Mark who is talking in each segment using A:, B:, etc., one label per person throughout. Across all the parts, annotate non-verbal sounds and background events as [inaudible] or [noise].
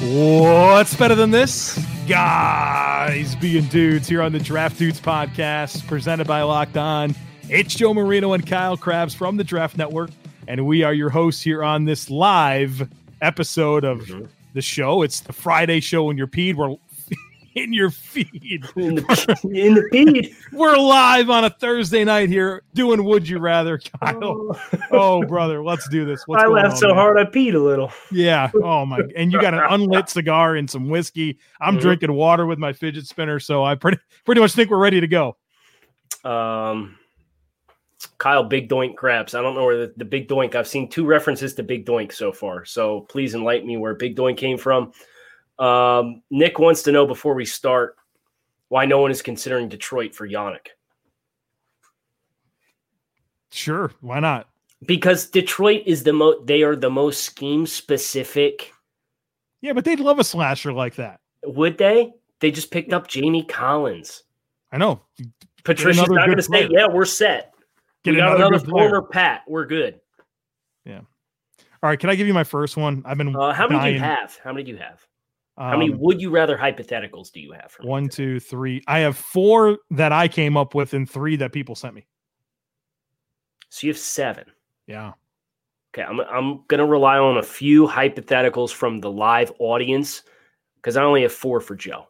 A: What's better than this? Guys being dudes here on the Draft Dudes podcast presented by Locked On. It's Joe Marino and Kyle Krabs from the Draft Network, and we are your hosts here on this live episode of
B: Mm-hmm.
A: the show. It's the Friday show in your feed. We're [laughs] in your feed.
B: in the, in the [laughs] feed.
A: We're live on a Thursday night here doing Would You Rather, Kyle. Oh, brother, let's do this. What's
B: I
A: going
B: laughed
A: on,
B: so
A: man?
B: hard I peed a little.
A: Yeah. Oh my. And you got an unlit cigar and some whiskey. I'm
B: Mhm.
A: drinking water with my fidget spinner, so I pretty pretty much think we're ready to go.
B: Um, Kyle Big Doink Craps. I don't know where the, the Big Doink. I've seen two references to Big Doink so far. So please enlighten me where Big Doink came from. Um, Nick wants to know before we start why no one is considering Detroit for Yannick.
A: Sure. Why not?
B: Because Detroit is the most they are the most scheme specific.
A: Yeah, but they'd love a slasher like that.
B: Would they? They just picked up Jamie Collins.
A: I know.
B: Patricia's
A: another
B: not
A: good
B: going to say,
A: player.
B: "Yeah, we're set."
A: Get
B: we got
A: another,
B: another
A: good player.
B: former Pat. We're good.
A: All right. Can I give you my first one? I've been.
B: Uh, how many do
A: dying,
B: you have? How many do you have?
A: Um,
B: How many would you rather hypotheticals do you have? For me?
A: One, two, three. I have four that I came up with, and three that people sent me.
B: So you have seven.
A: Yeah.
B: Okay, I'm I'm gonna rely on a few hypotheticals from the live audience because I only have four for Joe.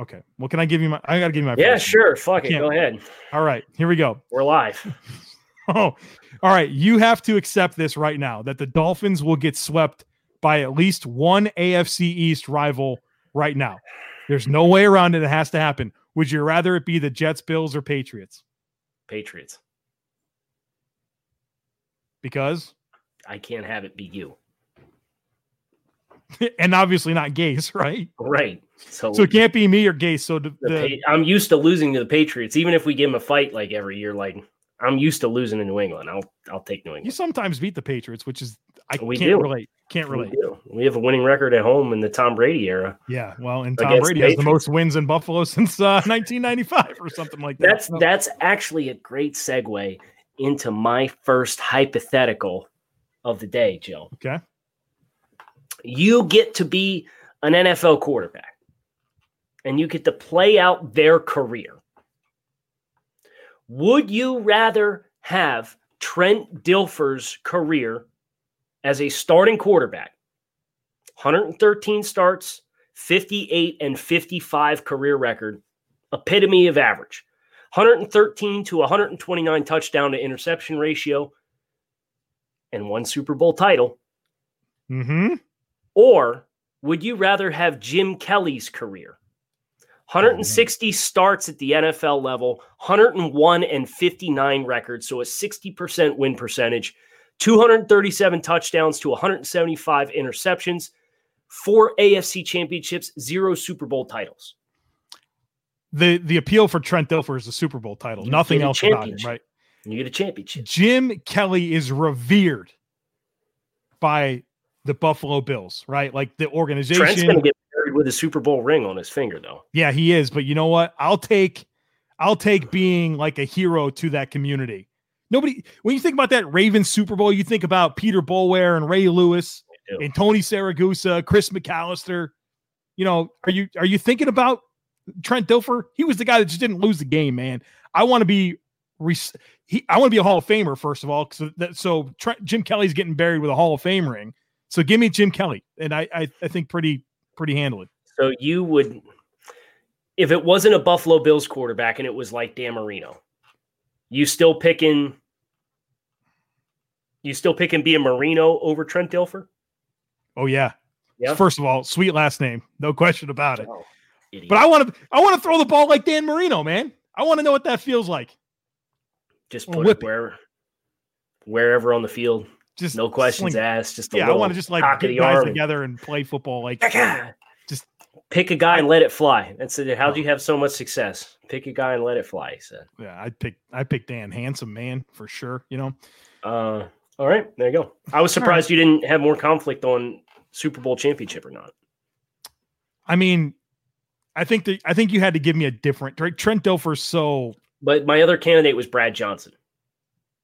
A: Okay. Well, can I give you my? I gotta give you my.
B: Yeah,
A: first
B: sure. Fuck it.
A: Can't-
B: Go ahead.
A: One. All right. Here we go.
B: We're live.
A: [laughs] Oh, all right. You have to accept this right now that the Dolphins will get swept by at least one AFC East rival right now. There's no way around it. It has to happen. Would you rather it be the Jets, Bills, or Patriots?
B: Patriots.
A: Because, [laughs]
B: I can't have it be you.
A: and obviously not Gase, right?
B: Right. So,
A: So it can't be me or Gase. So the,
B: the
A: the,
B: Pa- I'm used to losing to the Patriots, even if we give them a fight like every year. Like I'm used to losing to New England. I'll I'll take New
A: you
B: England.
A: sometimes beat the Patriots, which is I
B: We
A: can't
B: do.
A: relate. Can't
B: We,
A: relate.
B: do. We have a winning record at home in the Tom Brady era.
A: Yeah. Well, and Tom
B: Against
A: Brady has the
B: Patriots.
A: most wins in Buffalo [laughs] since uh, 1995 or something like that.
B: That's
A: So-
B: that's actually a great segue into my first hypothetical of the day, Jill.
A: Okay.
B: You get to be an NFL quarterback and you get to play out their career. Would you rather have Trent Dilfer's career as a starting quarterback? 113 starts, 58 and 55 career record, epitome of average. 113 to 129 touchdown to interception ratio and one Super Bowl title?
A: Mhm.
B: Or would you rather have Jim Kelly's career? 160 starts at the NFL level, 101 and 59 record, so a 60% win percentage, 237 touchdowns to 175 interceptions, four AFC championships, zero Super Bowl titles.
A: the the appeal for Trent Dilfer is the Super Bowl title.
B: You
A: Nothing
B: get a
A: else about him,
B: championship.
A: right?
B: And you get a championship.
A: Jim Kelly is revered by the Buffalo Bills, right? Like the
B: Trent's going
A: organization.
B: to get married with a Super Bowl ring on his finger, though.
A: yeah, he is. But you know what? I'll take I'll take being like a hero to that community. Nobody when you think about that Ravens Super Bowl, you think about Peter Bulware and Ray Lewis
B: do.
A: and Tony Saragusa, Chris McAllister. You know, are you are you thinking about Trent Dilfer? He was the guy that just didn't lose the game, man. I want to be res- he, I want to be a Hall of Famer first of all. 'cause that, so Trent, Jim Kelly's getting buried with a Hall of Fame ring. So give me Jim Kelly, and I I, I think pretty pretty handily.
B: So you would, if it wasn't a Buffalo Bills quarterback and it was like Dan Marino, you still picking, you still picking being Marino over Trent Dilfer?
A: Oh yeah.
B: Yeah.
A: First of all, sweet last name, no question about it.
B: Oh, idiot.
A: But I want to I want to throw the ball like Dan Marino, man. I want to know what that feels like.
B: just
A: I'll
B: put
A: whip
B: it
A: it.
B: wherever, wherever on the field,
A: Just
B: no questions
A: sling-
B: asked. Just a
A: Yeah, I
B: little
A: want to just like
B: [laughs] cock of
A: get
B: the
A: guys
B: arm.
A: together and play football. Like
B: Just
A: Just
B: Pick a guy and let it fly. And said, How'd you have so much success? Pick a guy and let it fly, he said.
A: Yeah, I'd pick I'd pick Dan Handsome Man for sure. You know,
B: Uh, all right, there you go. I was surprised you didn't have more conflict on Super Bowl championship or not.
A: I mean, I think that I think you had to give me a different Trent Dilfer's so
B: But my other candidate was Brad Johnson.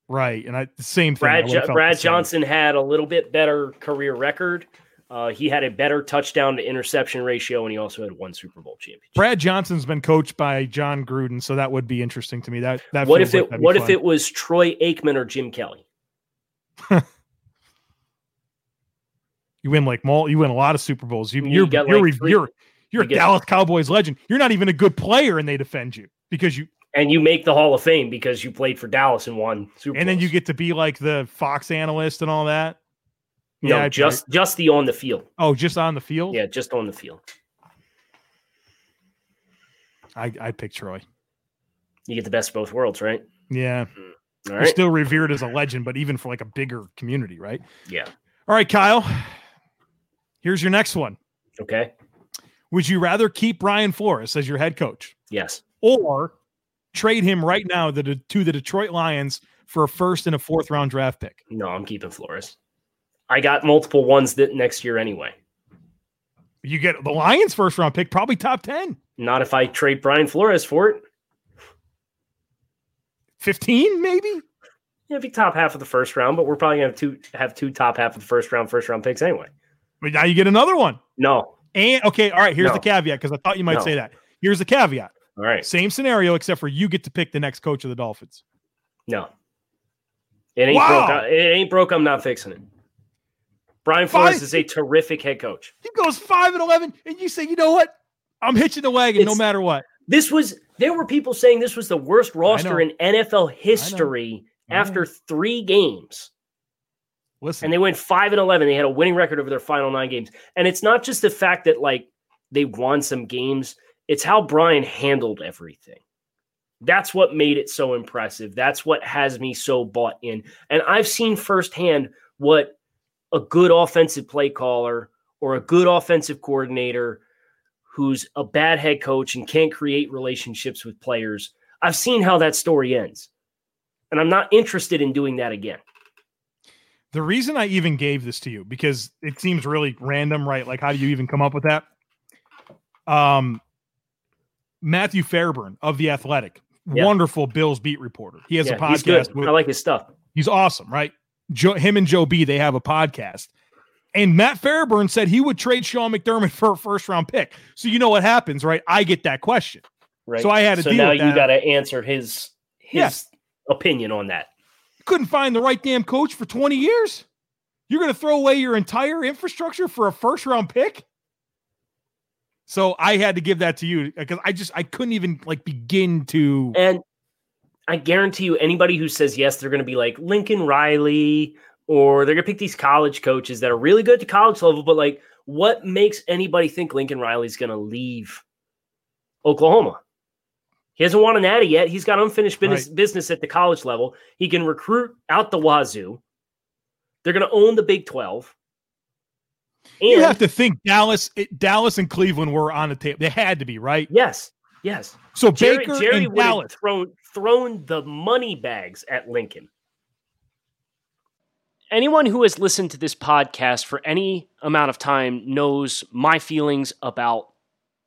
A: right, and I same thing. I
B: Brad
A: would've
B: jo-
A: felt the
B: Brad
A: same.
B: Johnson had a little bit better career record. Uh, he had a better touchdown to interception ratio, and he also had one Super Bowl championship.
A: Brad Johnson's been coached by John Gruden, so that would be interesting to me. That that
B: what
A: feels
B: if
A: like
B: it?
A: that'd be
B: What if
A: fun.
B: it was Troy Aikman or Jim Kelly?
A: you win like mall you win a lot of Super Bowls. You,
B: You
A: you're
B: got,
A: you're,
B: like, three-
A: you're you're a
B: you get-
A: Dallas Cowboys legend. You're not even a good player, and they defend you because you
B: And you make the Hall of Fame because you played for Dallas and won Super.
A: and then you
B: Bowls.
A: get to be like the Fox analyst and all that.
B: no
A: I'd
B: just just the on the field.
A: probably- oh, just on the field.
B: Yeah, just on the field.
A: I I pick Troy.
B: You get the best of both worlds, right?
A: Yeah,
B: All
A: you're
B: right.
A: still revered as a legend, but even for like a bigger community, right?
B: yeah.
A: All right, Kyle. Here's your next one.
B: Okay.
A: Would you rather keep Brian Flores as your head coach?
B: Yes.
A: or trade him right now to the, to the Detroit Lions for a first and a fourth round draft pick.
B: No, I'm keeping Flores. I got multiple ones that next year anyway.
A: You get the Lions first round pick, probably top 10,
B: Not if I trade Brian Flores for it.
A: 15 maybe.
B: Yeah, it'd be top half of the first round, but we're probably gonna have two have two top half of the first round, first round picks anyway.
A: But now you get another one.
B: No. All
A: And okay, all right, here's
B: No.
A: the caveat cuz I thought you might
B: No.
A: say that. Here's the caveat.
B: right.
A: Same scenario except for you get to pick the next coach of the Dolphins.
B: No. It ain't
A: Wow.
B: broke. It ain't broke. I'm not fixing it. Brian Flores
A: Fine.
B: is a terrific head coach.
A: He goes 5 and 11 and you say, "You know what? I'm hitching the wagon no
B: It's-
A: matter what."
B: This was there were people saying this was the worst roster in NFL history
A: I know.
B: after three games.
A: Listen.
B: and they went five and eleven. They had a winning record over their final nine games. And it's not just the fact that like they won some games; it's how Brian handled everything. That's what made it so impressive. That's what has me so bought in. And I've seen firsthand what a good offensive play caller or a good offensive coordinator who's a bad head coach and can't create relationships with players. I've seen how that story ends. And I'm not interested in doing that again.
A: the reason I even gave this to you because it seems really random, right? Like, how do you even come up with that? Um, Matthew Fairburn of the Athletic,
B: Yeah.
A: wonderful Bills beat reporter. He has a
B: he's good.
A: podcast. With,
B: I like his stuff.
A: he's awesome, right? Joe, him and Joe B, they have a podcast. And Matt Fairburn said he would trade Sean McDermott [laughs] for a first round pick. So you know what happens, right? I get that question.
B: Right.
A: So I had to
B: So
A: deal
B: now
A: with
B: you
A: that.
B: got to answer his his
A: Yeah.
B: opinion on that.
A: couldn't find the right damn coach for 20 years. You're going to throw away your entire infrastructure for a first round pick. So I had to give that to you because I just I couldn't even like begin to
B: And I guarantee you, anybody who says yes, they're going to be like Lincoln Riley, or they're going to pick these college coaches that are really good to college level. But like, what makes anybody think Lincoln Riley's going to leave Oklahoma? He hasn't won a natty yet. He's got unfinished business, business at the college level. He can recruit out the wazoo. They're going to own the Big Twelve. And
A: you have to think Dallas it, Dallas and Cleveland were on the tape. They had to be right.
B: yes, yes.
A: So
B: Jerry,
A: Baker
B: Jerry
A: and
B: would have
A: Dallas.
B: thrown thrown the money bags at Lincoln. Anyone who has listened to this podcast for any amount of time knows my feelings about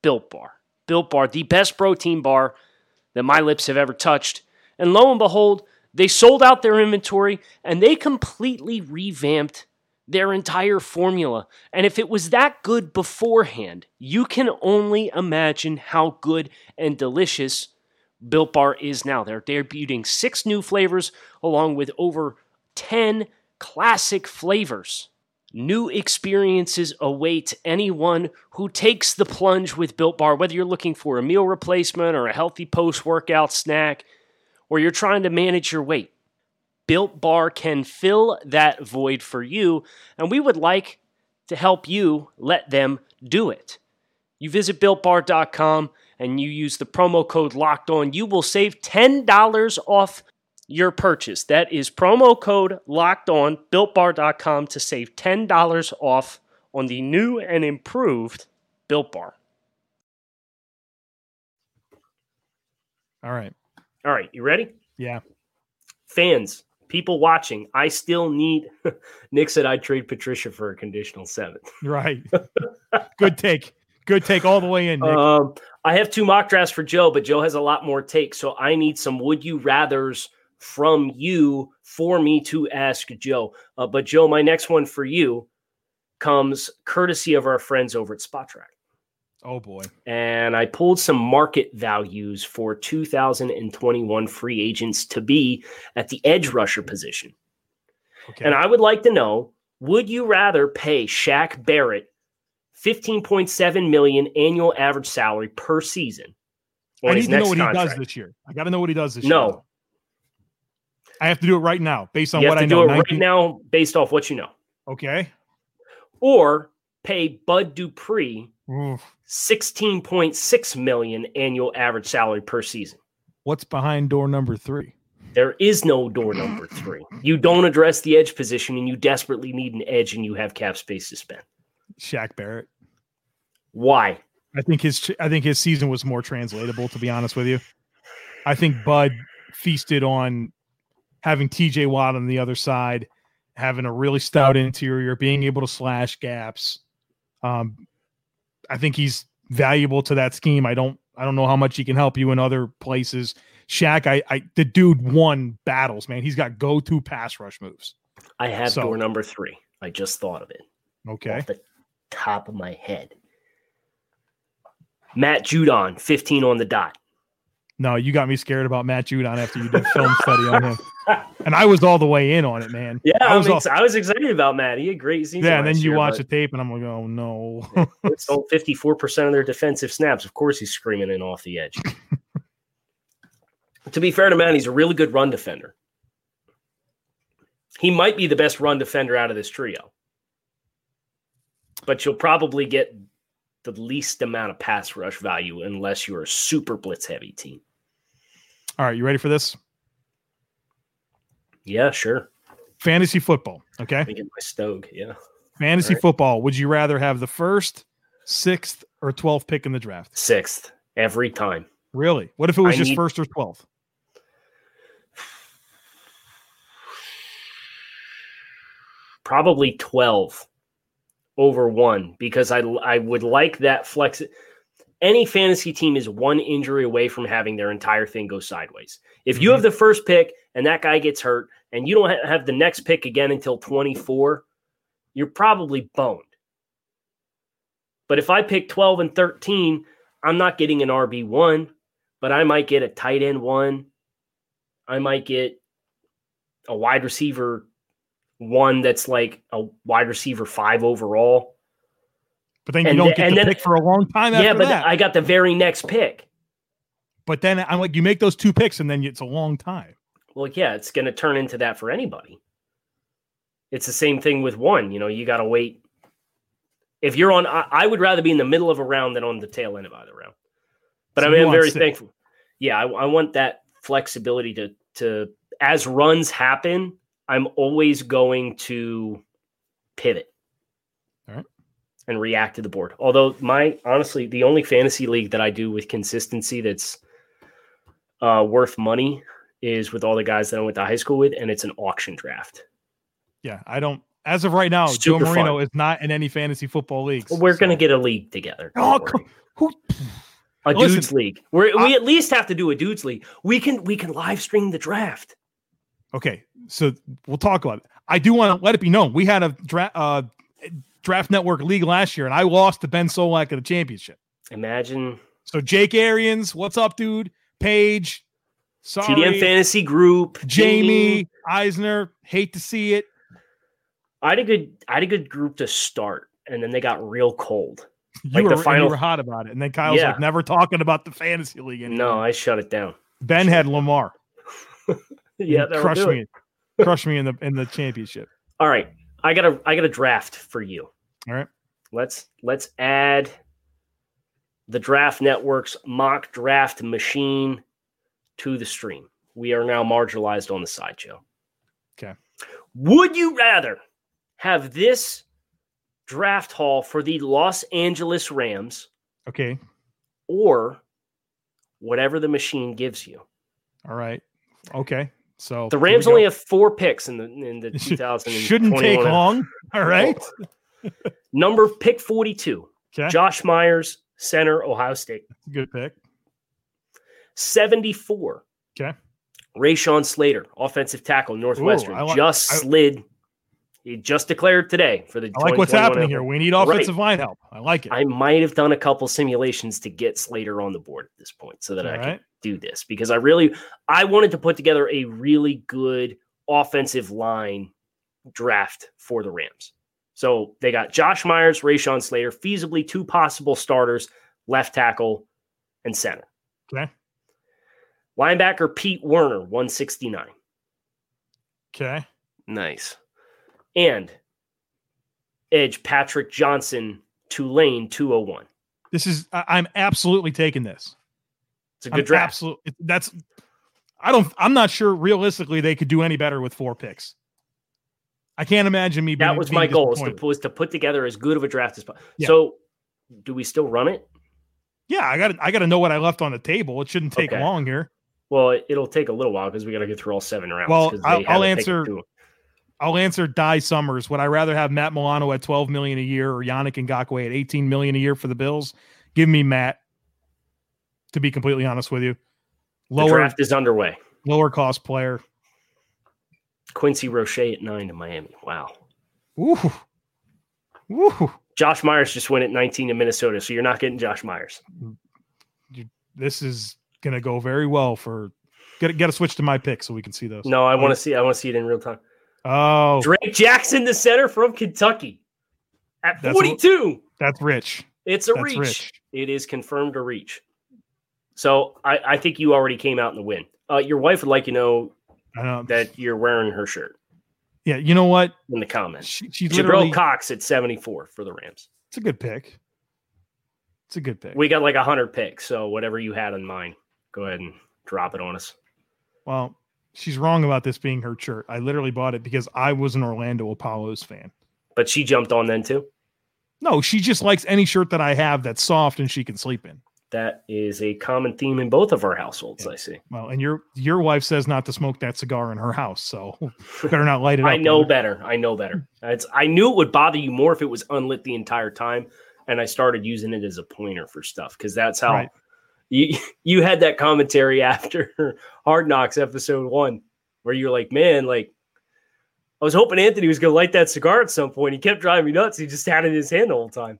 B: Built Bar. Built Bar, the best protein bar that my lips have ever touched. And lo and behold, they sold out their inventory and they completely revamped their entire formula. And if it was that good beforehand, you can only imagine how good and delicious Built Bar is now. They're debuting six new flavors along with over 10 classic flavors. New experiences await anyone who takes the plunge with Built Bar, whether you're looking for a meal replacement or a healthy post workout snack, or you're trying to manage your weight. Built Bar can fill that void for you, and we would like to help you let them do it. You visit builtbar.com and you use the promo code locked on, you will save $10 off your purchase. That is promo code locked on builtbar.com to save $10 off on the new and improved Built Bar.
A: All right.
B: All right, you ready?
A: Yeah.
B: Fans, people watching, I still need. [laughs] Nick said I'd trade Patricia for a conditional seventh.
A: Right. Good take. Good take all the way in. Nick.
B: Um, I have two mock drafts for Joe, but Joe has a lot more takes. So I need some would you rathers from you for me to ask Joe. Uh, but Joe, my next one for you comes courtesy of our friends over at SpotTrack.
A: oh boy.
B: and I pulled some market values for 2021 free agents to be at the edge rusher position.
A: Okay.
B: And I would like to know, would you rather pay Shaq Barrett 15.7 million annual average salary per season?
A: I
B: on
A: need
B: his
A: to know
B: next
A: what he does
B: contract?
A: this year. I got to know what he does this
B: No.
A: year. though. I have to do it right now based on
B: You
A: what
B: have to
A: I
B: do
A: know.
B: it right
A: 19
B: now based off what you know.
A: Okay.
B: Or pay Bud Dupree
A: Oof.
B: 16.6 million annual average salary per season.
A: What's behind door number three?
B: There is no door number three. You don't address the edge position and you desperately need an edge and you have cap space to spend.
A: Shaq Barrett.
B: Why?
A: I think his ch- I think his season was more translatable. To be honest with you, I think Bud feasted on having T.J. Watt on the other side, having a really stout interior, being able to slash gaps. Um, I think he's valuable to that scheme. I don't I don't know how much he can help you in other places. Shaq, I, I the dude won battles, man. He's got go to pass rush moves.
B: I have
A: So-
B: door number three. I just thought of it
A: Okay,
B: off the top of my head. Matt Judon, 15 on the dot.
A: no, you got me scared about Matt Judon after you did film study on him, and I was all the way in on it, man.
B: Yeah,
A: I
B: I
A: was
B: was,
A: all-
B: I was excited about Matt. He had great season.
A: Yeah, and then
B: last
A: you
B: year,
A: watch
B: but
A: the tape, and I'm like, oh no. [laughs]
B: it's all 54% of their defensive snaps. Of course, he's screaming in off the edge.
A: [laughs]
B: to be fair to Matt, he's a really good run defender. He might be the best run defender out of this trio, but you'll probably get the least amount of pass rush value unless you're a super blitz heavy team.
A: All right, you ready for this?
B: Yeah, sure.
A: Fantasy football. Okay.
B: Let me get my stogue. Yeah.
A: Fantasy
B: right.
A: football. Would you rather have the first, sixth, or 12th pick in the draft?
B: Sixth every time.
A: Really? What if it was
B: I
A: just
B: need-
A: first or 12th?
B: probably 12 over one because I I would like that flex. Any fantasy team is one injury away from having their entire thing go sideways. If you have the first pick and that guy gets hurt and you don't ha- have the next pick again until 24, you're probably boned. But if I pick 12 and 13, I'm not getting an RB1, but I might get a tight end one. I might get a wide receiver one that's like a wide receiver five overall.
A: But then you
B: And
A: don't
B: the-
A: get
B: and
A: the
B: then-
A: pick for a long time
B: yeah,
A: after
B: but
A: that.
B: I got the very next pick.
A: but then I'm like, you make those two picks, and then it's a long time.
B: Well, yeah, it's going to turn into that for anybody. It's the same thing with one. You know, you got to wait. If you're on, I, I would rather be in the middle of a round than on the tail end of either round. But
A: So
B: I
A: you
B: mean, I'm
A: want
B: very
A: six.
B: thankful. Yeah, I, I want that flexibility to to as runs happen. I'm always going to pivot
A: All right.
B: and react to the board. Although my honestly, the only fantasy league that I do with consistency that's uh, worth money is with all the guys that I went to high school with, and it's an auction draft.
A: Yeah. I don't, as of right now, Joe
B: Super fun.
A: Marino is not in any fantasy football leagues.
B: We're
A: so-
B: gonna get a league together. don't
A: Oh,
B: worry.
A: come, who,
B: a
A: Listen,
B: dudes league. We're,
A: I-
B: we at least have to do a dudes league. We can we can live stream the draft.
A: Okay, so we'll talk about it. I do want to let it be known we had a draft uh, draft network league last year, and I lost to Ben Solak at the championship.
B: Imagine
A: So Jake Arians, what's up, dude? Paige, sorry,
B: TDM fantasy group.
A: Jamie Eisner, hate to see it.
B: I had a good I had a good group to start, and then they got real cold.
A: You,
B: Like the
A: were, and you
B: final-
A: were hot about it, and then Kyle's
B: Yeah.
A: like, never talking about the fantasy league anymore.
B: No, I shut it down.
A: Ben had Lamar.
B: [laughs] Yeah,
A: He
B: that'll
A: crushed
B: do it.
A: me, crushed me in the in the championship.
B: All right, I got a I got a draft for you.
A: All right.
B: let's let's add the Draft Network's mock draft machine to the stream. We are now marginalized on the side, Joe.
A: Okay.
B: Would you rather have this draft haul for the Los Angeles Rams
A: Okay,
B: or whatever the machine gives you.
A: All right. Okay. So
B: The
A: here we
B: Rams
A: go.
B: only have four picks in the
A: [laughs]
B: in the 2000.
A: shouldn't take long. [laughs] All right.
B: [laughs] Number pick 42,
A: Okay.
B: Josh Myers, center, Ohio State.
A: Good pick.
B: 74.
A: Okay.
B: Rayshon Slater, offensive tackle, Northwestern,
A: I like-
B: just
A: I-
B: slid. He just declared today for the.
A: I like what's
B: 2021
A: happening
B: NFL.
A: here. We need
B: Right.
A: offensive line help. I like it.
B: I might have done a couple simulations to get Slater on the board at this point, so that
A: All
B: I can
A: right.
B: do this because I really I wanted to put together a really good offensive line draft for the Rams. So they got Josh Myers, Rayshon Slater, feasibly two possible starters, left tackle and center.
A: Okay.
B: Linebacker Pete Werner, 169.
A: Okay.
B: Nice. And edge Patrick Johnson, Tulane, 201.
A: This is I, I'm absolutely taking this.
B: It's a
A: I'm
B: good draft.
A: absolute- it- that's I don't I'm not sure realistically they could do any better with four picks. I can't imagine me being
B: that was
A: being
B: my goal was to,
A: disappointed.
B: was to put together as good of a draft as possible.
A: Yeah.
B: So, do we still run it?
A: Yeah, I got I got to know what I left on the table. It shouldn't take
B: Okay.
A: long here.
B: Well, it, will take a little while because we got to get through all seven rounds.
A: Well,
B: 'cause
A: I'll-
B: they
A: I'll
B: haven't taken
A: answer-
B: two.
A: I'll answer Die Summers. Would I rather have Matt Milano at 12 million a year or Yannick Ngakwe at 18 million a year for the Bills? Give me Matt. To be completely honest with you,
B: the
A: lower
B: draft is underway.
A: lower cost player.
B: Quincy Roche at nine to Miami. Wow.
A: Ooh, ooh,
B: Josh Myers just went at 19 to Minnesota, so you're not getting Josh Myers.
A: this is gonna go very well for. Get get a switch to my pick so we can see those.
B: No, I want to see. I want to see it in real time.
A: Oh,
B: Drake Jackson, the center from Kentucky, at
A: That's a-
B: 42.
A: that's rich.
B: It's a
A: That's
B: reach.
A: rich.
B: It is confirmed a reach. So I, I think you already came out in the win. Uh, your wife would like you to know
A: I know.
B: that you're wearing her shirt
A: Um, yeah, you know what?
B: in the comments.
A: She, she literally.
B: Jabril Cox at 74 for the Rams.
A: It's a good pick. It's a good pick.
B: We got like 100 picks, so whatever you had in mind, go ahead and drop it on us.
A: Well, she's wrong about this being her shirt. I literally bought it because I was an Orlando Apollos fan.
B: But she jumped on then too.
A: No, she just likes any shirt that I have that's soft and she can sleep in.
B: That is a common theme in both of our households, I see.
A: Well, and your your wife says not to smoke that cigar in her house, so [laughs] better not light it up.
B: I know
A: brother.
B: better. I know better. It's, I knew it would bother you more if it was unlit the entire time. And I started using it as a pointer for stuff because that's how
A: Right.
B: you [laughs] you had that commentary [laughs] after Hard Knocks episode one, where you're like, man, like I was hoping Anthony was gonna light that cigar at some point. He kept driving me nuts. He just had it in his hand the whole time.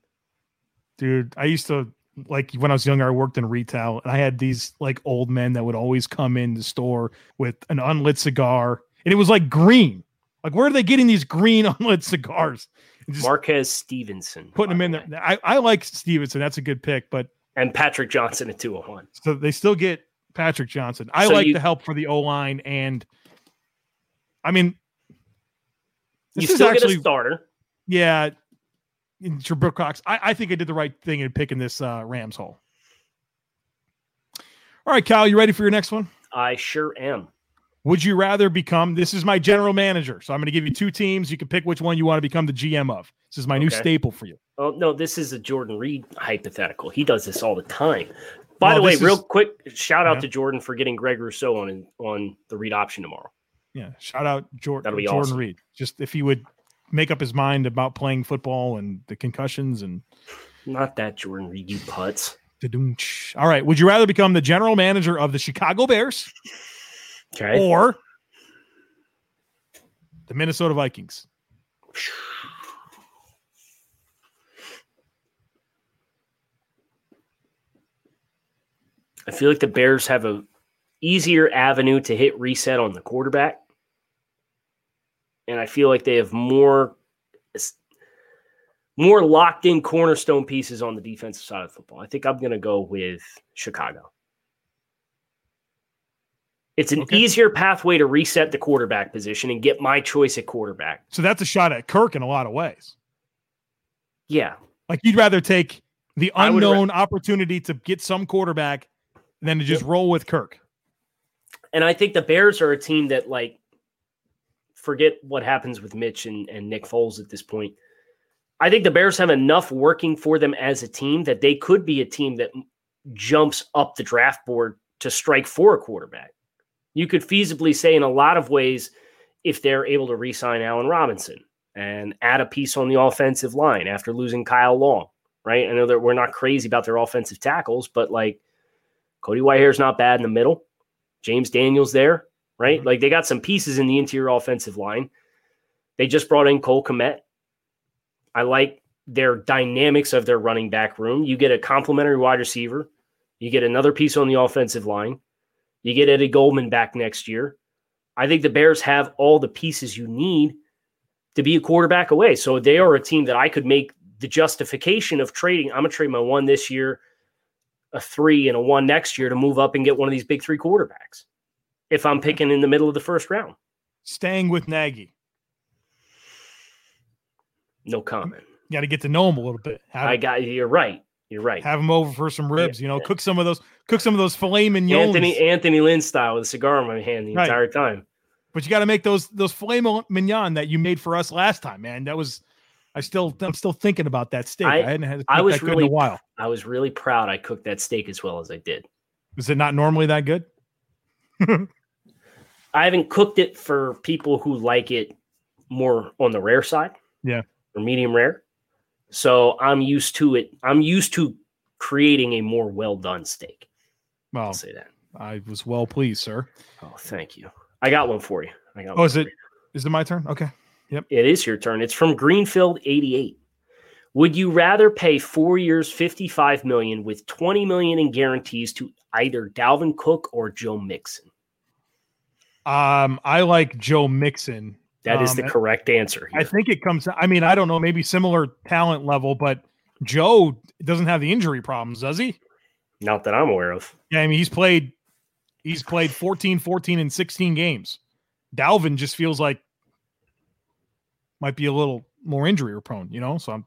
A: dude. I used to like when I was younger. I worked in retail, and I had these like old men that would always come in the store with an unlit cigar, and it was like green. Like, where are they getting these green [laughs] unlit cigars? And just
B: Marquez Stevenson
A: putting
B: by
A: them in
B: the
A: there.
B: way,
A: I, I like Stevenson. That's a good pick, but
B: and Patrick Johnson at 201.
A: So they still get Patrick Johnson. I
B: So
A: like
B: you-
A: the help for the O line, and I mean, this
B: you
A: is
B: still
A: actually
B: get a starter.
A: yeah. in Jabril Cox, I, I think I did the right thing in picking this uh, Rams hole. All right, Kyle, you ready for your next one?
B: I sure am.
A: Would you rather become? This is my general manager, so I'm going to give you two teams. You can pick which one you want to become the GM of. This is my new
B: Okay.
A: staple for you.
B: Oh no, this is a Jordan Reed hypothetical. He does this all the time. By
A: Well,
B: the way,
A: this
B: real
A: is-
B: quick, shout out
A: Yeah.
B: to Jordan for getting Greg Rousseau on on the Reed option tomorrow.
A: Yeah, shout out Jor-
B: That'll
A: Jordan
B: be awesome.
A: Reed. Just if he would make up his mind about playing football and the concussions and
B: Not that Jordan Reed, you putz.
A: Da-doom-tsh. All right. Would you rather become the general manager of the Chicago Bears
B: Okay.
A: or the Minnesota Vikings?
B: I feel like the Bears have a easier avenue to hit reset on the quarterback. And I feel like they have more more locked in cornerstone pieces on the defensive side of football. I think I'm going to go with Chicago. It's an
A: Okay.
B: easier pathway to reset the quarterback position and get my choice at quarterback.
A: So that's a shot at Kirk in a lot of ways.
B: Yeah.
A: Like you'd rather take the
B: I would ra-
A: unknown opportunity to get some quarterback than to just roll with Kirk.
B: And I think the Bears are a team that like forget what happens with Mitch and, and Nick Foles at this point. I think the Bears have enough working for them as a team that they could be a team that jumps up the draft board to strike for a quarterback. You could feasibly say, in a lot of ways, if they're able to re sign Allen Robinson and add a piece on the offensive line after losing Kyle Long, right? I know that we're not crazy about their offensive tackles, but like Cody Whitehair's not bad in the middle. James Daniels there, right? Like they got some pieces in the interior offensive line. They just brought in Cole Komet. I like their dynamics of their running back room. You get a complimentary wide receiver. You get another piece on the offensive line. You get Eddie Goldman back next year. I think the Bears have all the pieces you need to be a quarterback away. So they are a team that I could make the justification of trading. I'm going to trade my one this year, a three, and a one next year to move up and get one of these big three quarterbacks if I'm picking in the middle of the first round.
A: Staying with Nagy.
B: No comment.
A: You got to get to know him a little bit. Have,
B: I got you're right. You're right.
A: have him over for some ribs. You know, cook some of those, cook some of those filet mignons.
B: Anthony Anthony Lynn style with a cigar in my hand the
A: Right.
B: entire time.
A: but you got to make those those filet mo- mignon that you made for us last time, man. That was, I still, I'm still thinking about that steak. I,
B: I-
A: hadn't had. A
B: I
A: steak
B: was
A: that good in
B: really-
A: a while.
B: I was really proud I cooked that steak as well as I did.
A: Is it not normally that good?
B: I haven't cooked it for people who like it more on the rare side.
A: Yeah.
B: Or medium rare. So I'm used to it. I'm used to creating a more well done steak. I'll
A: Well,
B: say that.
A: I was well pleased, sir.
B: Oh, thank you. I got one for you. I got
A: Oh,
B: one
A: is
B: for
A: it- Is it my turn? Okay.
B: It is your turn. It's from Greenfield 88. Would you rather pay 4 years 55 million with 20 million in guarantees to either Dalvin Cook or Joe Mixon?
A: Um, I like Joe Mixon.
B: That is
A: Um,
B: the correct answer.
A: I
B: here.
A: think it comes. I mean, I don't know. Maybe similar talent level, but Joe doesn't have the injury problems, does he?
B: Not that I'm aware of.
A: Yeah, I mean, he's played. He's played 14, 14, and 16 games. Dalvin just feels like might be a little more injury prone, you know. So I'm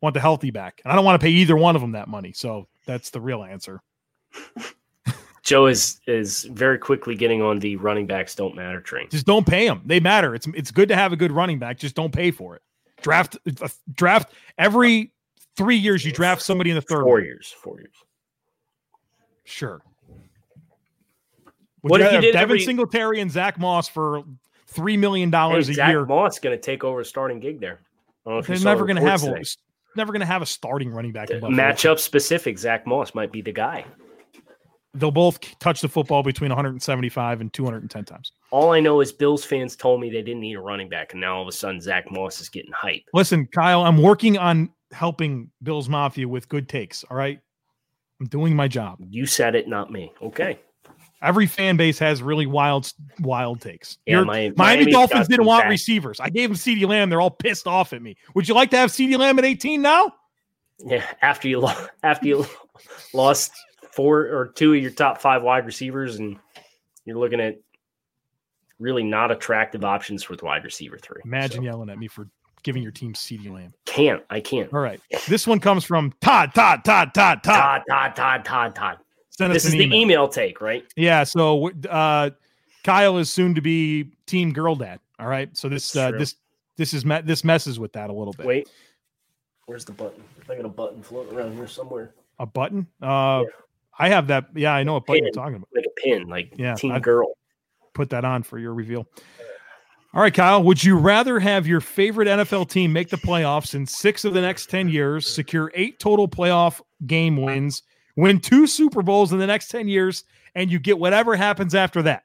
A: want the healthy back, and I don't want to pay either one of them that money. So that's the real answer.
B: Joe is is very quickly getting on the running backs don't matter train.
A: Just don't pay them; they matter. It's it's good to have a good running back. Just don't pay for it. Draft uh, draft every three years. You draft somebody in the third.
B: Four
A: round.
B: years, four years.
A: Sure.
B: What
A: what
B: if
A: if
B: you did
A: Devin
B: every-
A: Singletary and Zach Moss for three million dollars
B: Hey,
A: a
B: Zach
A: year?
B: Moss going to take over a starting gig there. I don't know if you
A: They're
B: saw
A: never
B: the
A: going to
B: reports
A: have a
B: today.
A: never going to have a starting running back. in Buffalo.
B: matchup specific. Zach Moss might be the guy.
A: They'll both k- touch the football between 175 and 210 times.
B: All I know is Bills fans told me they didn't need a running back, and now all of a sudden Zach Moss is getting hype.
A: Listen, Kyle, I'm working on helping Bills Mafia with good takes. All right, I'm doing my job.
B: You said it, not me. Okay.
A: Every fan base has really wild, s- wild takes.
B: Yeah,
A: Your-
B: Mi-
A: Miami,
B: Miami's
A: Dolphins
B: got
A: didn't
B: some
A: want
B: back-
A: receivers. I gave them Ceedee Lamb. They're all pissed off at me. Would you like to have Ceedee Lamb at 18 now?
B: Yeah. After you lo- [laughs] after you lost four or two of your top five wide receivers, and you're looking at really not attractive options with wide receiver three.
A: Imagine
B: So,
A: yelling at me for giving your team CD Lamb.
B: can't I can't.
A: All right. This one comes from Todd, Todd, Todd, Todd, Todd.
B: Todd, Todd, Todd, Todd, Todd.
A: Send us
B: This is
A: an
B: the
A: email.
B: email take, right?
A: Yeah. So uh, Kyle is soon to be team girl dad. All right. So this uh,
B: True.
A: this this is me- this messes with that a little bit.
B: Wait. Where's the button? I got a button floating around here somewhere.
A: A button. Uh, I have that. Yeah, I know what button you're
B: Pin.
A: talking about.
B: Like a pin, like
A: Yeah,
B: teen
A: I'd-
B: girl.
A: Put that on for your reveal. All right, Kyle. Would you rather have your favorite NFL team make the playoffs in six of the next ten years, secure eight total playoff game wins, win two Super Bowls in the next ten years, and you get whatever happens after that,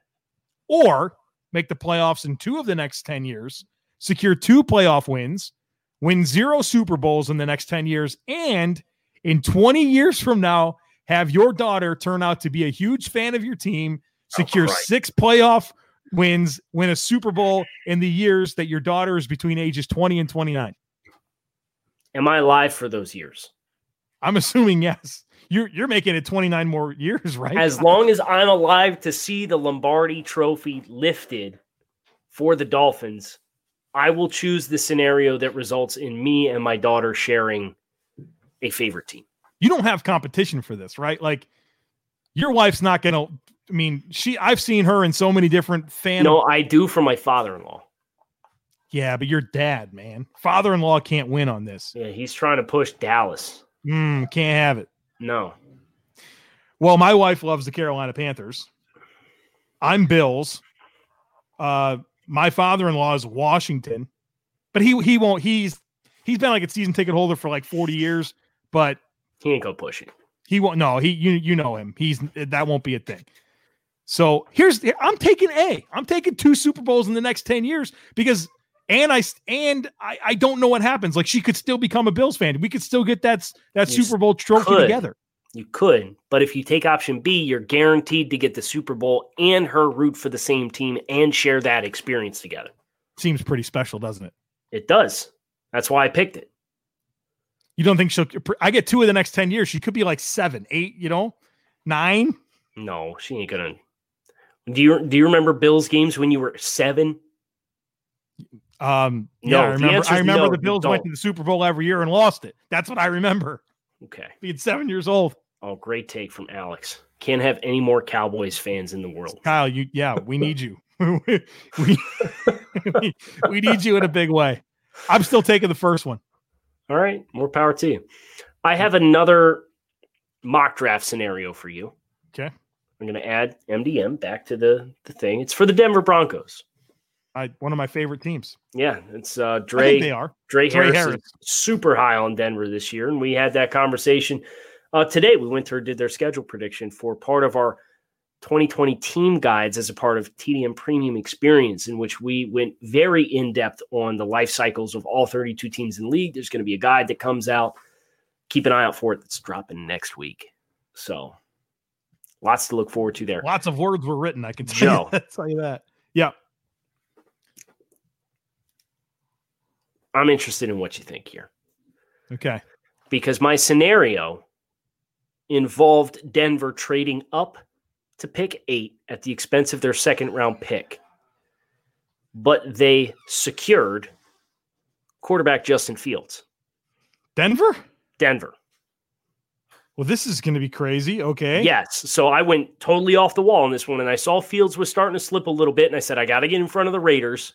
A: or make the playoffs in two of the next 10 years, secure two playoff wins, win zero Super Bowls in the next 10 years, and in 20 years from now, have your daughter turn out to be a huge fan of your team,
B: Oh,
A: secure
B: Christ.
A: six playoff wins, win a Super Bowl in the years that your daughter is between ages 20 and 29.
B: Am I alive for those years?
A: I'm assuming yes. You're you're making it 29 more years, right?
B: As long as I'm alive to see the Lombardi trophy lifted for the Dolphins, I will choose the scenario that results in me and my daughter sharing a favorite team.
A: you don't have competition for this, right? Like your wife's not gonna. I mean, she. I've seen her in so many different fan.
B: no, I do for my father in law.
A: Yeah, but your dad, man, father-in-law can't win on this.
B: Yeah, he's trying to push Dallas.
A: Mm, can't have it.
B: No.
A: Well, my wife loves the Carolina Panthers. I'm Bills. Uh, my father-in-law is Washington, but he he won't. He's he's been like a season ticket holder for like 40 years, but
B: He ain't gonna push it.
A: he won't. No, he you you know him. He's that won't be a thing. So here's the- I'm taking A. I'm taking two Super Bowls in the next 10 years because and I s- and I, I don't know what happens. Like she could still become a Bills fan. We could still get that s- that
B: You
A: Super Bowl trophy
B: could.
A: together.
B: You could, but if you take option B, you're guaranteed to get the Super Bowl and her root for the same team and share that experience together.
A: Seems pretty special, doesn't it?
B: It does. That's why I picked it.
A: You don't think she'll? I get two of the next ten years. She could be like seven, eight, you know, nine.
B: No, she ain't gonna. Do you do you remember Bills games when you were seven?
A: Um, yeah,
B: No,
A: I
B: the
A: remember.
B: answer
A: I
B: is
A: remember
B: no,
A: the
B: you
A: Bills went
B: don't.
A: to the Super Bowl every year and lost it. That's what I remember.
B: Okay.
A: Being seven years old,
B: Oh, great take from Alex. Can't have any more Cowboys fans in
A: [laughs]
B: the world.
A: Kyle. You, yeah, we need you. [laughs] we, we,
B: [laughs]
A: we need you in a big way. I'm still taking the first one.
B: All right, more power to you. I have another mock draft scenario for you.
A: Okay.
B: I'm going to add MDM back to the, the thing. It's for the Denver Broncos.
A: I one of my favorite teams.
B: Yeah, it's uh,
A: I think they
B: Dre,
A: are.
B: Dre
A: Dre
B: Harris, is
A: Harris.
B: super high on Denver this year. And we had that conversation uh, today. We went through, did their schedule prediction for part of our 2020 team guides as a part of TDM Premium Experience, in which we went very in depth on the life cycles of all 32 teams in the league. There's going to be a guide that comes out. Keep an eye out for it. That's dropping next week. So lots to look forward to there.
A: Lots of words were written. I can tell
B: Joe.
A: you, [laughs] tell you that.
B: I'm interested in what you think here.
A: Okay.
B: because my scenario involved Denver trading up to pick eight at the expense of their second round pick. But they secured quarterback Justin Fields,
A: Denver.
B: Denver.
A: Well, this is going to be crazy. Okay.
B: Yes. So I went totally off the wall on this one, and I saw Fields was starting to slip a little bit, and I said, I got to get in front of the Raiders.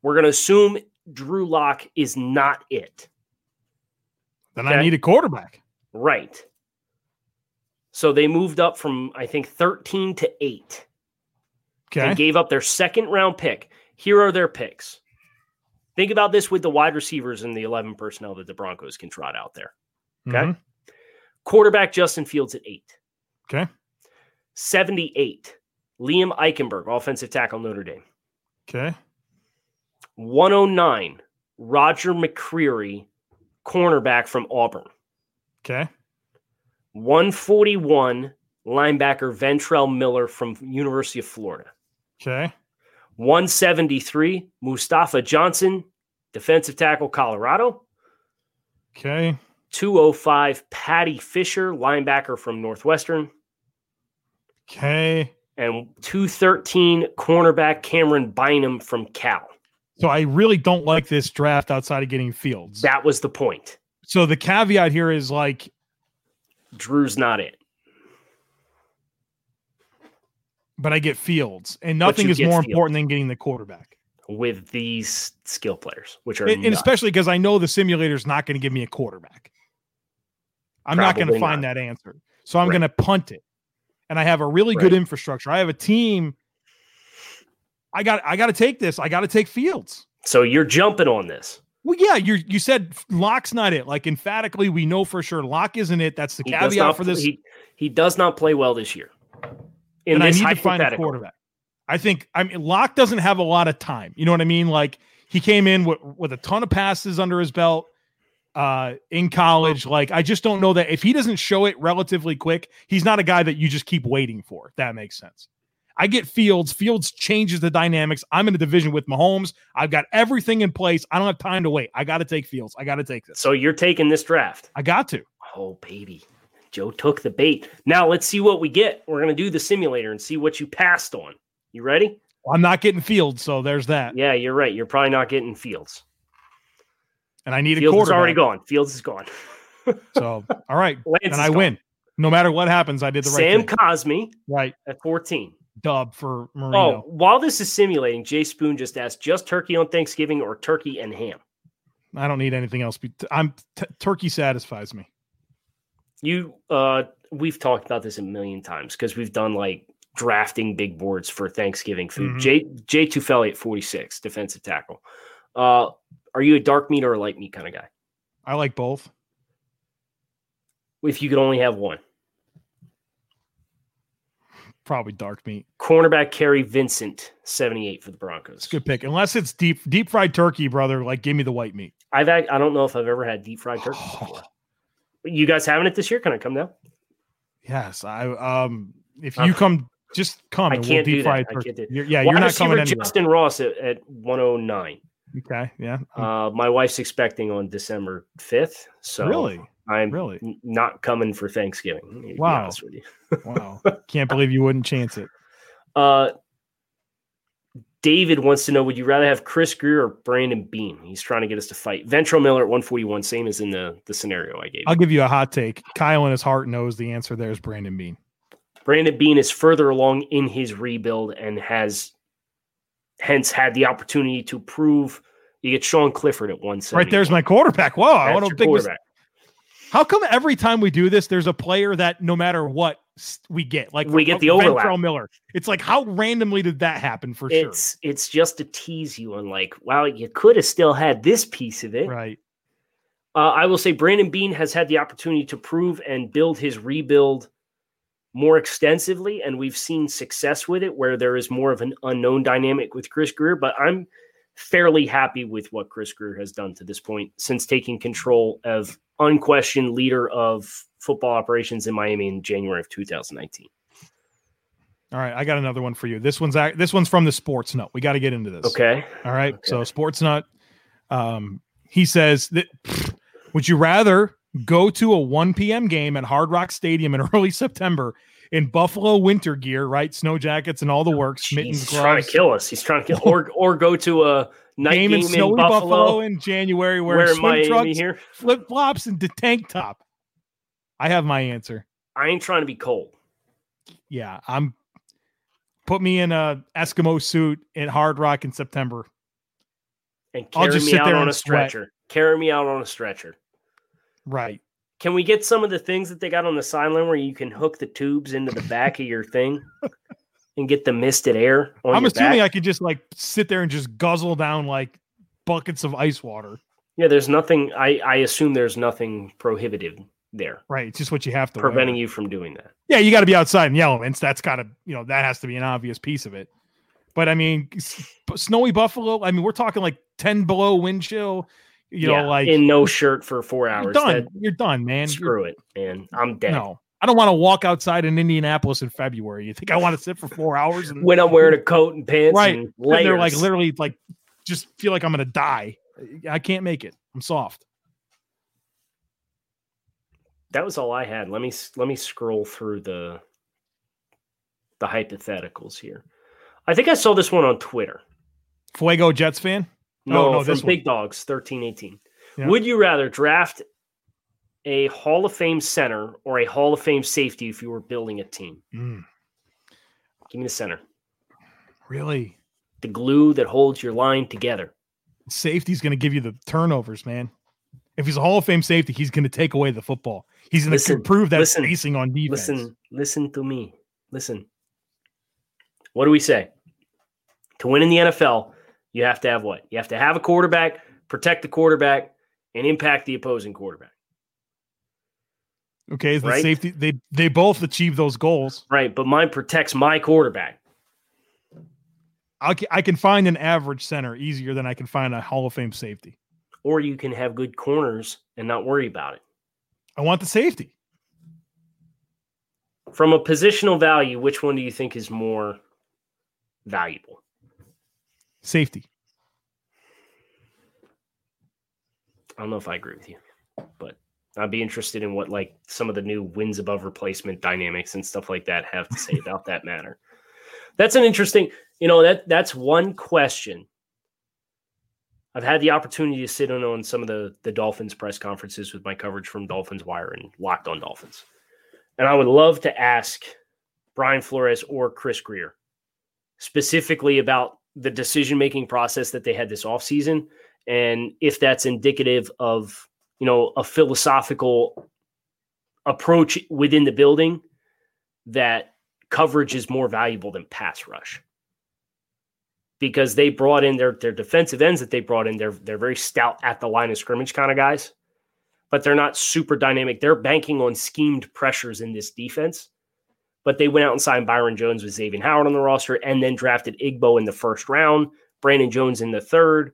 B: We're going to assume Drew Lock is not it.
A: Then I
B: Okay.
A: need a quarterback.
B: Right. So they moved up from, I think, 13 to eight.
A: Okay.
B: and gave up their second round pick. Here are their picks. Think about this with the wide receivers and the 11 personnel that the Broncos can trot out there. Okay.
A: Mhm.
B: Quarterback Justin Fields at eight.
A: Okay.
B: 78. Liam Eichenberg, offensive tackle Notre Dame.
A: Mm-hmm. Okay.
B: 109. Roger McCreary, cornerback from Auburn.
A: Okay.
B: 141. Linebacker Ventrell Miller from University of Florida.
A: Okay.
B: 173, Mustafa Johnson, defensive tackle, Colorado.
A: Okay.
B: 205, Patty Fisher, linebacker from Northwestern.
A: Okay.
B: And 213, cornerback Cameron Bynum from Cal.
A: So I really don't like this draft outside of getting Fields.
B: That was the point.
A: so the caveat here is like,
B: Drew's not it.
A: but I get Fields, and
B: But
A: nothing
B: you
A: is
B: get
A: more
B: Fields.
A: important than getting the quarterback.
B: With these skill players, which are
A: And, and
B: nuts.
A: especially because I know the simulator's not going to give me a quarterback. I'm not going
B: Probably
A: to find that answer. So I'm
B: Right.
A: going to punt it. And I have a really good
B: Right.
A: infrastructure. I have a team. I got I got to take this. I got to take Fields.
B: so you're jumping on this.
A: Well, yeah, you you said Locke's not it. Like emphatically, we know for sure Locke isn't it. That's the
B: He does
A: caveat
B: not
A: for this.
B: He, he does not play well this year. In
A: and I
B: this
A: need to find a
B: hypothetical,
A: quarterback. I think I mean Locke doesn't have a lot of time. You know what I mean? Like he came in with with a ton of passes under his belt uh in college. Like I just don't know that if he doesn't show it relatively quick, he's not a guy that you just keep waiting for. If that makes sense. I get Fields. Fields changes the dynamics. I'm in a division with Mahomes. I've got everything in place. I don't have time to wait. I got to take Fields. I got to take this.
B: so you're taking this draft.
A: I got to.
B: Oh, baby. Joe took the bait. Now let's see what we get. We're going to do the simulator and see what you passed on. You ready?
A: I'm not getting Fields, so there's that.
B: Uh, Yeah, you're right. You're probably not getting Fields.
A: And I need a
B: Fields is
A: quarterback.
B: already gone. Fields is gone.
A: So, all right,
B: [laughs] Lance
A: and
B: is
A: I
B: gone.
A: win. No matter what happens, I did the right
B: Sam
A: thing.
B: Cosme
A: right
B: at 14.
A: dub for
B: Oh,
A: Marino.
B: while this is simulating, Jay Spoon just asked just turkey on Thanksgiving or turkey and ham.
A: I don't need anything else. Be- I'm t- turkey satisfies me.
B: You uh we've talked about this a million times because we've done like drafting big boards for Thanksgiving food.
A: Mhm.
B: Jay Jay Tufeli at 46, defensive tackle. Uh, are you a dark meat or a light meat kind of guy?
A: I like both.
B: If you could only have one.
A: Probably dark meat.
B: Cornerback Kerry Vincent, 78 for the Broncos.
A: It's a good pick. Unless it's deep deep fried turkey, brother. Like, give me the white meat.
B: I've act- I don't know if I've ever had deep fried
A: [sighs]
B: turkey. before. You guys having it this year? Can I come down?
A: Yes, I um. If
B: Uh,
A: you come, just come.
B: I
A: and
B: can't
A: we'll
B: do
A: deep fry
B: that. I
A: turkey.
B: can't do-
A: You're- yeah,
B: Wide
A: you're not
B: receiver
A: coming anywhere.
B: Justin Ross at, at 109.
A: Okay, yeah.
B: Uh, my wife's expecting on December 5th. So
A: really?
B: I'm [laughs]
A: Really?
B: n- not coming for Thanksgiving. to be
A: Wow.
B: honest with you.
A: Wow. Can't believe you wouldn't chance it.
B: Uh, David wants to know would you rather have Chris Greer or Brandon Beam? He's trying to get us to fight. Ventro Miller at 141, same as in the, the scenario I gave.
A: I'll give you a hot take. Kyle in his heart knows the answer there is Brandon Bean.
B: Brandon Bean is further along in his rebuild and has hence had the opportunity to prove you get Sean Clifford at one
A: right there's my quarterback. Whoa, I want to big mis-
B: quarterback.
A: How come every time we do this, there's a player that no matter what s- we get, like for-
B: We get the
A: Ventrell
B: overlap.
A: Miller. It's like how randomly did that happen for
B: It's it's just to tease you on like, wow, you could have still had this piece of it.
A: sure? Right.
B: Uh, I will say Brandon Bean has had the opportunity to prove and build his rebuild more extensively, and we've seen success with it where there is more of an unknown dynamic with Chris Greer. But I'm fairly happy with what Chris Greer has done to this point since taking control of unquestioned leader of football operations in Miami in January of 2019.
A: All right, I got another one for you. This one's ac- this one's from the sports nut. We got to get into this.
B: Okay.
A: All right.
B: Okay.
A: So sports nut. Um, he says that pfft, would you rather go to a 1 p.m. game at Hard Rock Stadium in [laughs] early September in Buffalo winter gear, right? Snow jackets and
B: Oh,
A: all the works, mittens,
B: He's trying
A: gloves.
B: to kill us. He's trying to kill or or go to a night game,
A: Game in snowy
B: in
A: Buffalo,
B: Buffalo.
A: in January
B: Where
A: wearing
B: am I
A: swim trunks,
B: here?
A: flip flops, and the tank top. I have my answer.
B: I ain't trying to be cold.
A: Yeah, I'm put me in a Eskimo suit in Hard Rock in September.
B: and
A: I'll
B: carry
A: just
B: me
A: sit
B: out
A: there
B: on
A: and
B: a
A: sweat.
B: stretcher. Carry me out on a stretcher.
A: Right.
B: Can we get some of the things that they got on the sideline where you can hook the tubes into the back of
A: [laughs]
B: your thing and get the misted air on
A: I'm
B: your
A: assuming I
B: Oh, back?
A: could just like sit there and just guzzle down like buckets of ice water.
B: yeah, there's nothing. I I assume there's nothing prohibitive there
A: Right. It's just what you have to
B: preventing
A: wear.
B: you from doing that.
A: Yeah, you got to be outside in the elements. That's got to, you know, that has to be an obvious piece of it. But I mean, s- snowy Buffalo, I mean, we're talking like 10 below wind chill, you
B: Yeah,
A: know, like
B: in no shirt for four
A: you're
B: hours.
A: done.
B: That-
A: you're done, man. You're-
B: screw it, man. I'm dead.
A: no. I don't want to walk outside in Indianapolis in February. You think I want to sit for 4 hours and
B: When I'm wearing a coat and pants,
A: Right.
B: And
A: sit there like
B: layers.
A: literally like just feel like I'm going to die. I can't make it. I'm soft.
B: that was all I had. Let me s- let me scroll through the the hypotheticals here. I think I saw this one on Twitter.
A: Fuego Jets fan?
B: No,
A: Oh, no,
B: from
A: this one.
B: Big Dogs, thirteen eighteen.
A: Yeah.
B: Would you rather draft a Hall of Fame center or a Hall of Fame safety if you were building a team?
A: Mm.
B: Give me the center,
A: Really?
B: the glue that holds your line together.
A: Safety's going to give you the turnovers, man. If he's a Hall of Fame safety, he's going to take away the football. He's going to
B: Listen,
A: improve that
B: listen,
A: spacing on defense.
B: Listen, listen to me. Listen. What do we say? To win in the NFL, you have to have what? You have to have a quarterback, protect the quarterback, and impact the opposing quarterback.
A: Okay, is the
B: right?
A: safety they they both achieve those goals.
B: Right. But mine protects my quarterback.
A: I can, I can find an average center easier than I can find a Hall of Fame safety.
B: Or you can have good corners and not worry about it.
A: I want the safety.
B: From a positional value, which one do you think is more valuable?
A: Safety.
B: I don't know if I agree with you, but I'd be interested in what like some of the new wins above replacement dynamics and stuff like that have to say about that matter. That's an interesting, you know, that that's one question. I've had the opportunity to sit in on some of the the Dolphins press conferences with my coverage from Dolphins Wire and Locked on Dolphins. And I would love to ask Brian Flores or Chris Greer specifically about the decision-making process that they had this offseason and if that's indicative of you know a philosophical approach within the building that coverage is more valuable than pass rush because they brought in their their defensive ends that they brought in. They're they're very stout at the line of scrimmage kind of guys, but they're not super dynamic. They're banking on schemed pressures in this defense. But they went out and signed Byron Jones with Xavier Howard on the roster, and then drafted Igbo in the first round, Brandon Jones in the third.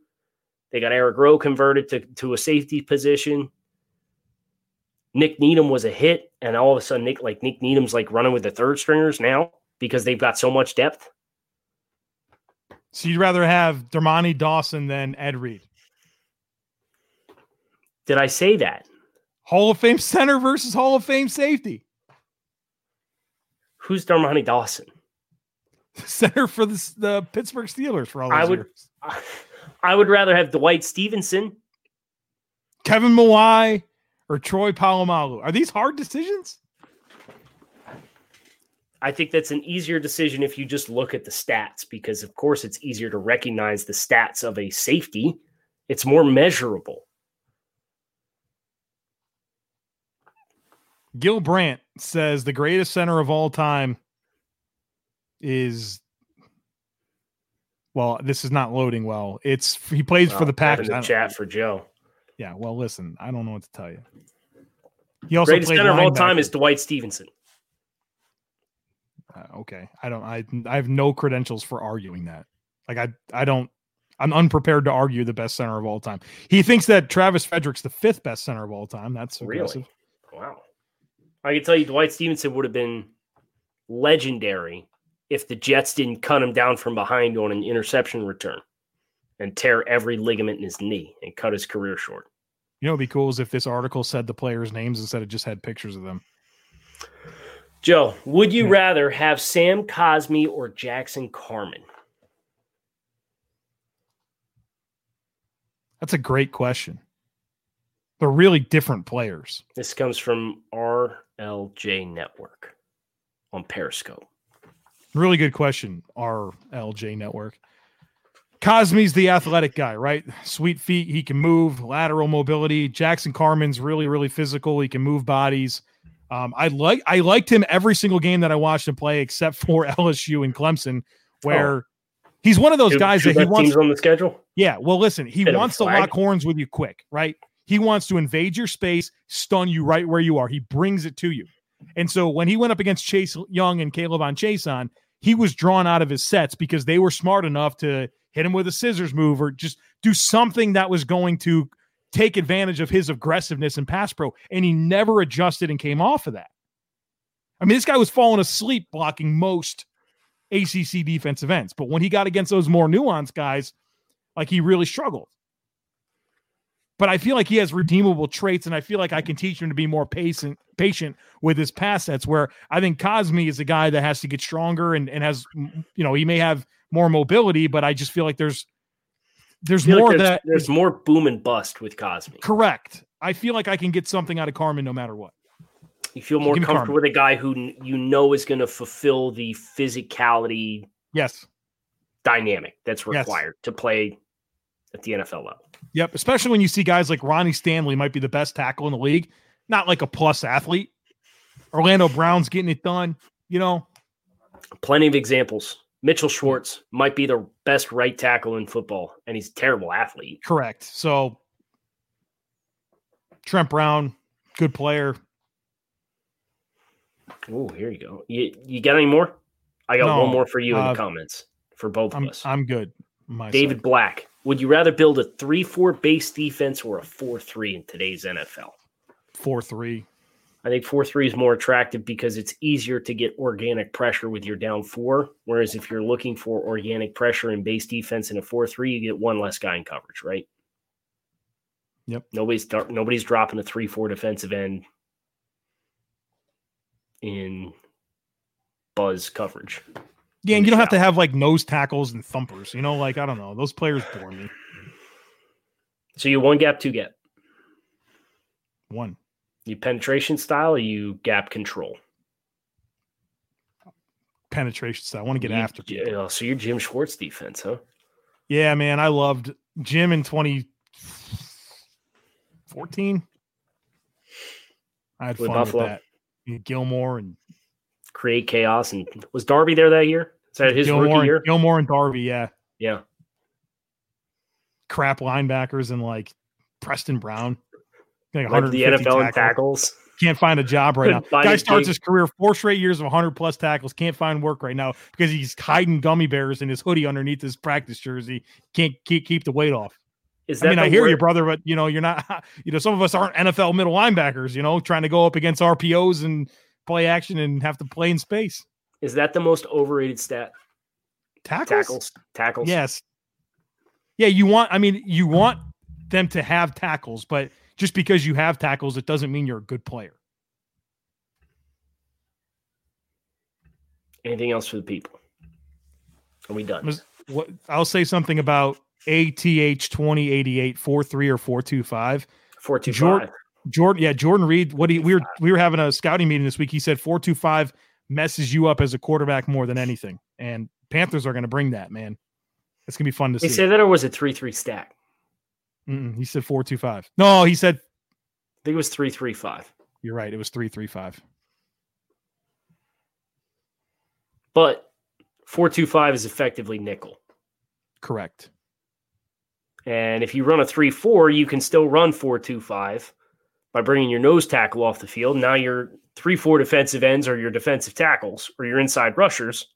B: They got Eric Rowe converted to, to a safety position. Nick Needham was a hit, and all of a sudden, Nick like Nick Needham's like running with the third stringers now because they've got so much depth.
A: So you'd rather have Dermani Dawson than Ed Reed.
B: Did I say that?
A: Hall of Fame center versus Hall of Fame safety. [laughs]
B: Who's Dermani Dawson?
A: Center for the, the Pittsburgh Steelers for all those
B: I would-
A: years.
B: I would rather have Dwight Stevenson.
A: Kevin Mawai or Troy Palomalu. Are these hard decisions?
B: I think that's an easier decision if you just look at the stats, because of course it's easier to recognize the stats of a safety. It's more measurable.
A: Gil Brandt says the greatest center of all time is well, this is not loading well. It's he plays for
B: Wow,
A: the
B: clap Uh, in
A: Packers. I
B: the
A: don't-
B: chat for Joe.
A: Yeah, well, listen, I don't know what to tell you. He also
B: Greatest
A: played
B: center of all time
A: linebacker.
B: is Dwight Stevenson.
A: Uh, okay, I don't. I I have no credentials for arguing that. Like I I don't. I'm unprepared to argue the best center of all time. He thinks that Travis Frederick's the fifth best center of all time. That's
B: Really?
A: aggressive.
B: Wow. I can tell you Dwight Stevenson would have been legendary if the Jets didn't cut him down from behind on an interception return and tear every ligament in his knee and cut his career short.
A: You know, it'd be cool is if this article said the players' names instead of just had pictures of them.
B: Joe, would you
A: Yeah.
B: rather have Sam Cosme or Jackson Carmen?
A: That's a great question. They're really different players.
B: This comes from RLJ Network on Periscope.
A: Really good question, RLJ Network. Cosme's the athletic guy, right? Sweet feet. He can move, lateral mobility. Jackson Carmen's really, really physical. He can move bodies. Um, I like I liked him every single game that I watched him play, except [laughs] for LSU and Clemson, where he's one of those
B: Oh. Two-
A: guys that
B: two
A: he
B: best
A: wants
B: teams on the schedule.
A: Yeah. Well, listen, he
B: Bit of a
A: wants to
B: flag.
A: lock horns with you quick, right? He wants to invade your space, stun you right where you are. He brings it to you. And so when he went up against Chase Young and Caleb on Chase on, he was drawn out of his sets because they were smart enough to hit him with a scissors move or just do something that was going to take advantage of his aggressiveness and pass pro. And he never adjusted and came off of that. I mean, this guy was falling asleep blocking most ACC defensive ends. But when he got against those more nuanced guys, like he really struggled. But I feel like he has redeemable traits, and I feel like I can teach him to be more patient, patient with his pass sets. Where I think Cosme is a guy that has to get stronger and, and has, mm, you know, he may have more mobility, but I just feel like there's
B: I
A: there's
B: feel like
A: more
B: there's,
A: that
B: there's more boom and bust with Cosme.
A: correct. I feel like I can get something out of Carmen no matter what.
B: You feel more
A: Give me Carmen.
B: comfortable with a guy who n- you know is going to fulfill the physicality
A: Yes.
B: dynamic that's
A: Yes.
B: required to play at the NFL level.
A: Yep. Especially when you see guys like Ronnie Stanley might be the best tackle in the league, not like a plus athlete. Orlando Brown's getting it done. You know,
B: Plenty of examples. Mitchell Schwartz might be the best right tackle in football, and he's a terrible athlete.
A: Correct. So Trent Brown, good player.
B: Oh, here you go. You, you got any more? I got
A: No,
B: one more for you in
A: uh,
B: the comments for both
A: I'm
B: of us.
A: I'm good. on My
B: David
A: side.
B: Black, would you rather build a 3 4 base defense or a 4 3 in today's NFL?
A: four three.
B: I think 4 3 is more attractive because it's easier to get organic pressure with your down four. Whereas if you're looking for organic pressure in base defense in a 4 3, you get one less guy in coverage, right?
A: Yep.
B: Nobody's, dro- nobody's dropping a 3 4 defensive end in buzz coverage.
A: Yeah, and you
B: in the
A: don't have to
B: shot.
A: have like nose tackles and thumpers. You know, like I don't know. Those players bore me.
B: So you one gap, two gap.
A: One.
B: You penetration style or you gap control?
A: Penetration style. I want to get
B: You-
A: after
B: you-
A: people.
B: oh, so you're Jim Schwartz defense, huh?
A: Yeah, man. I loved Jim in 2014. I had
B: With
A: fun
B: Buffalo.
A: with that. And Gilmore and
B: create chaos. And was Darby there that year? Is that his
A: Gilmore
B: rookie
A: and-
B: year?
A: Gilmore and Darby, yeah.
B: Yeah.
A: Crap linebackers and like Preston Brown. Like
B: Went to the
A: 150
B: NFL in
A: tackles.
B: tackles.
A: Can't find a job right now.
B: Couldn't find
A: Guy
B: a
A: starts
B: gig.
A: his career four straight years of 100 plus tackles. Can't find work right now because he's hiding gummy bears in his hoodie underneath his practice jersey. Can't keep, keep the weight off.
B: Is that
A: I mean,
B: the
A: I hear you,
B: wor-
A: brother, but you know, you're not, [laughs] you know, some of us aren't NFL middle linebackers, you know, trying to go up against RPOs and play action and have to play in space.
B: Is that the most overrated stat?
A: Tackles?
B: Tackles. Tackles.
A: Yes. Yeah, you want, I mean, you want them to have tackles, but just because you have tackles, it doesn't mean you're a good player.
B: Anything else for the people? Are we done?
A: Was- What I'll say something about ATH 2088 43 or 425.
B: Four two
A: Jordan-
B: five.
A: Jordan, yeah, Jordan Reed. What he we were we were having a scouting meeting this week. He said four two five messes you up as a quarterback more than anything, and Panthers are going to bring that man. It's going to be fun to
B: They
A: see.
B: say that, or was it three three stack?
A: Mm-mm, he said four two five. No, he said
B: I think it was three three five.
A: you're right. It was three three five.
B: But four two five is effectively nickel.
A: Correct.
B: And if you run a 3 4, you can still run 4 2 5 by bringing your nose tackle off the field. Now your 3 4 defensive ends are your defensive tackles or your inside rushers,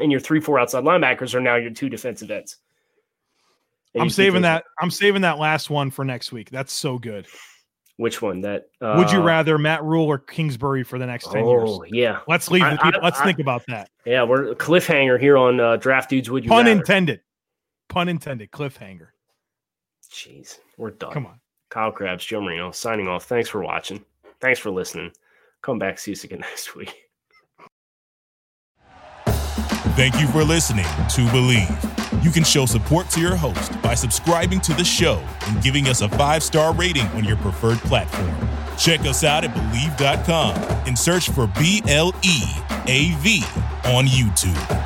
B: and your 3 4 outside linebackers are now your two defensive ends. And
A: I'm
B: you keep
A: saving
B: those-
A: that. I'm saving that last one for next week. That's so good.
B: Which one? That uh,
A: Would you rather Matt Rule or Kingsbury for the next ten years?
B: Oh, yeah.
A: Let's leave.
B: I-
A: The people,
B: I-
A: let's
B: I-
A: think about that.
B: Yeah, we're a cliffhanger here on uh, Draft Dudes. Would you
A: Pun
B: rather?
A: intended. Pun intended. Cliffhanger.
B: Jeez, we're done.
A: Come on.
B: Kyle Krabs, Joe Marino, signing off. Thanks for watching. Thanks for listening. Come back, see us again [laughs] next week.
C: Thank you for listening to Believe. You can show support to your host by subscribing to the show and giving us a five star rating on your preferred platform. Check us out at Believe.com and search for B L E A V on YouTube.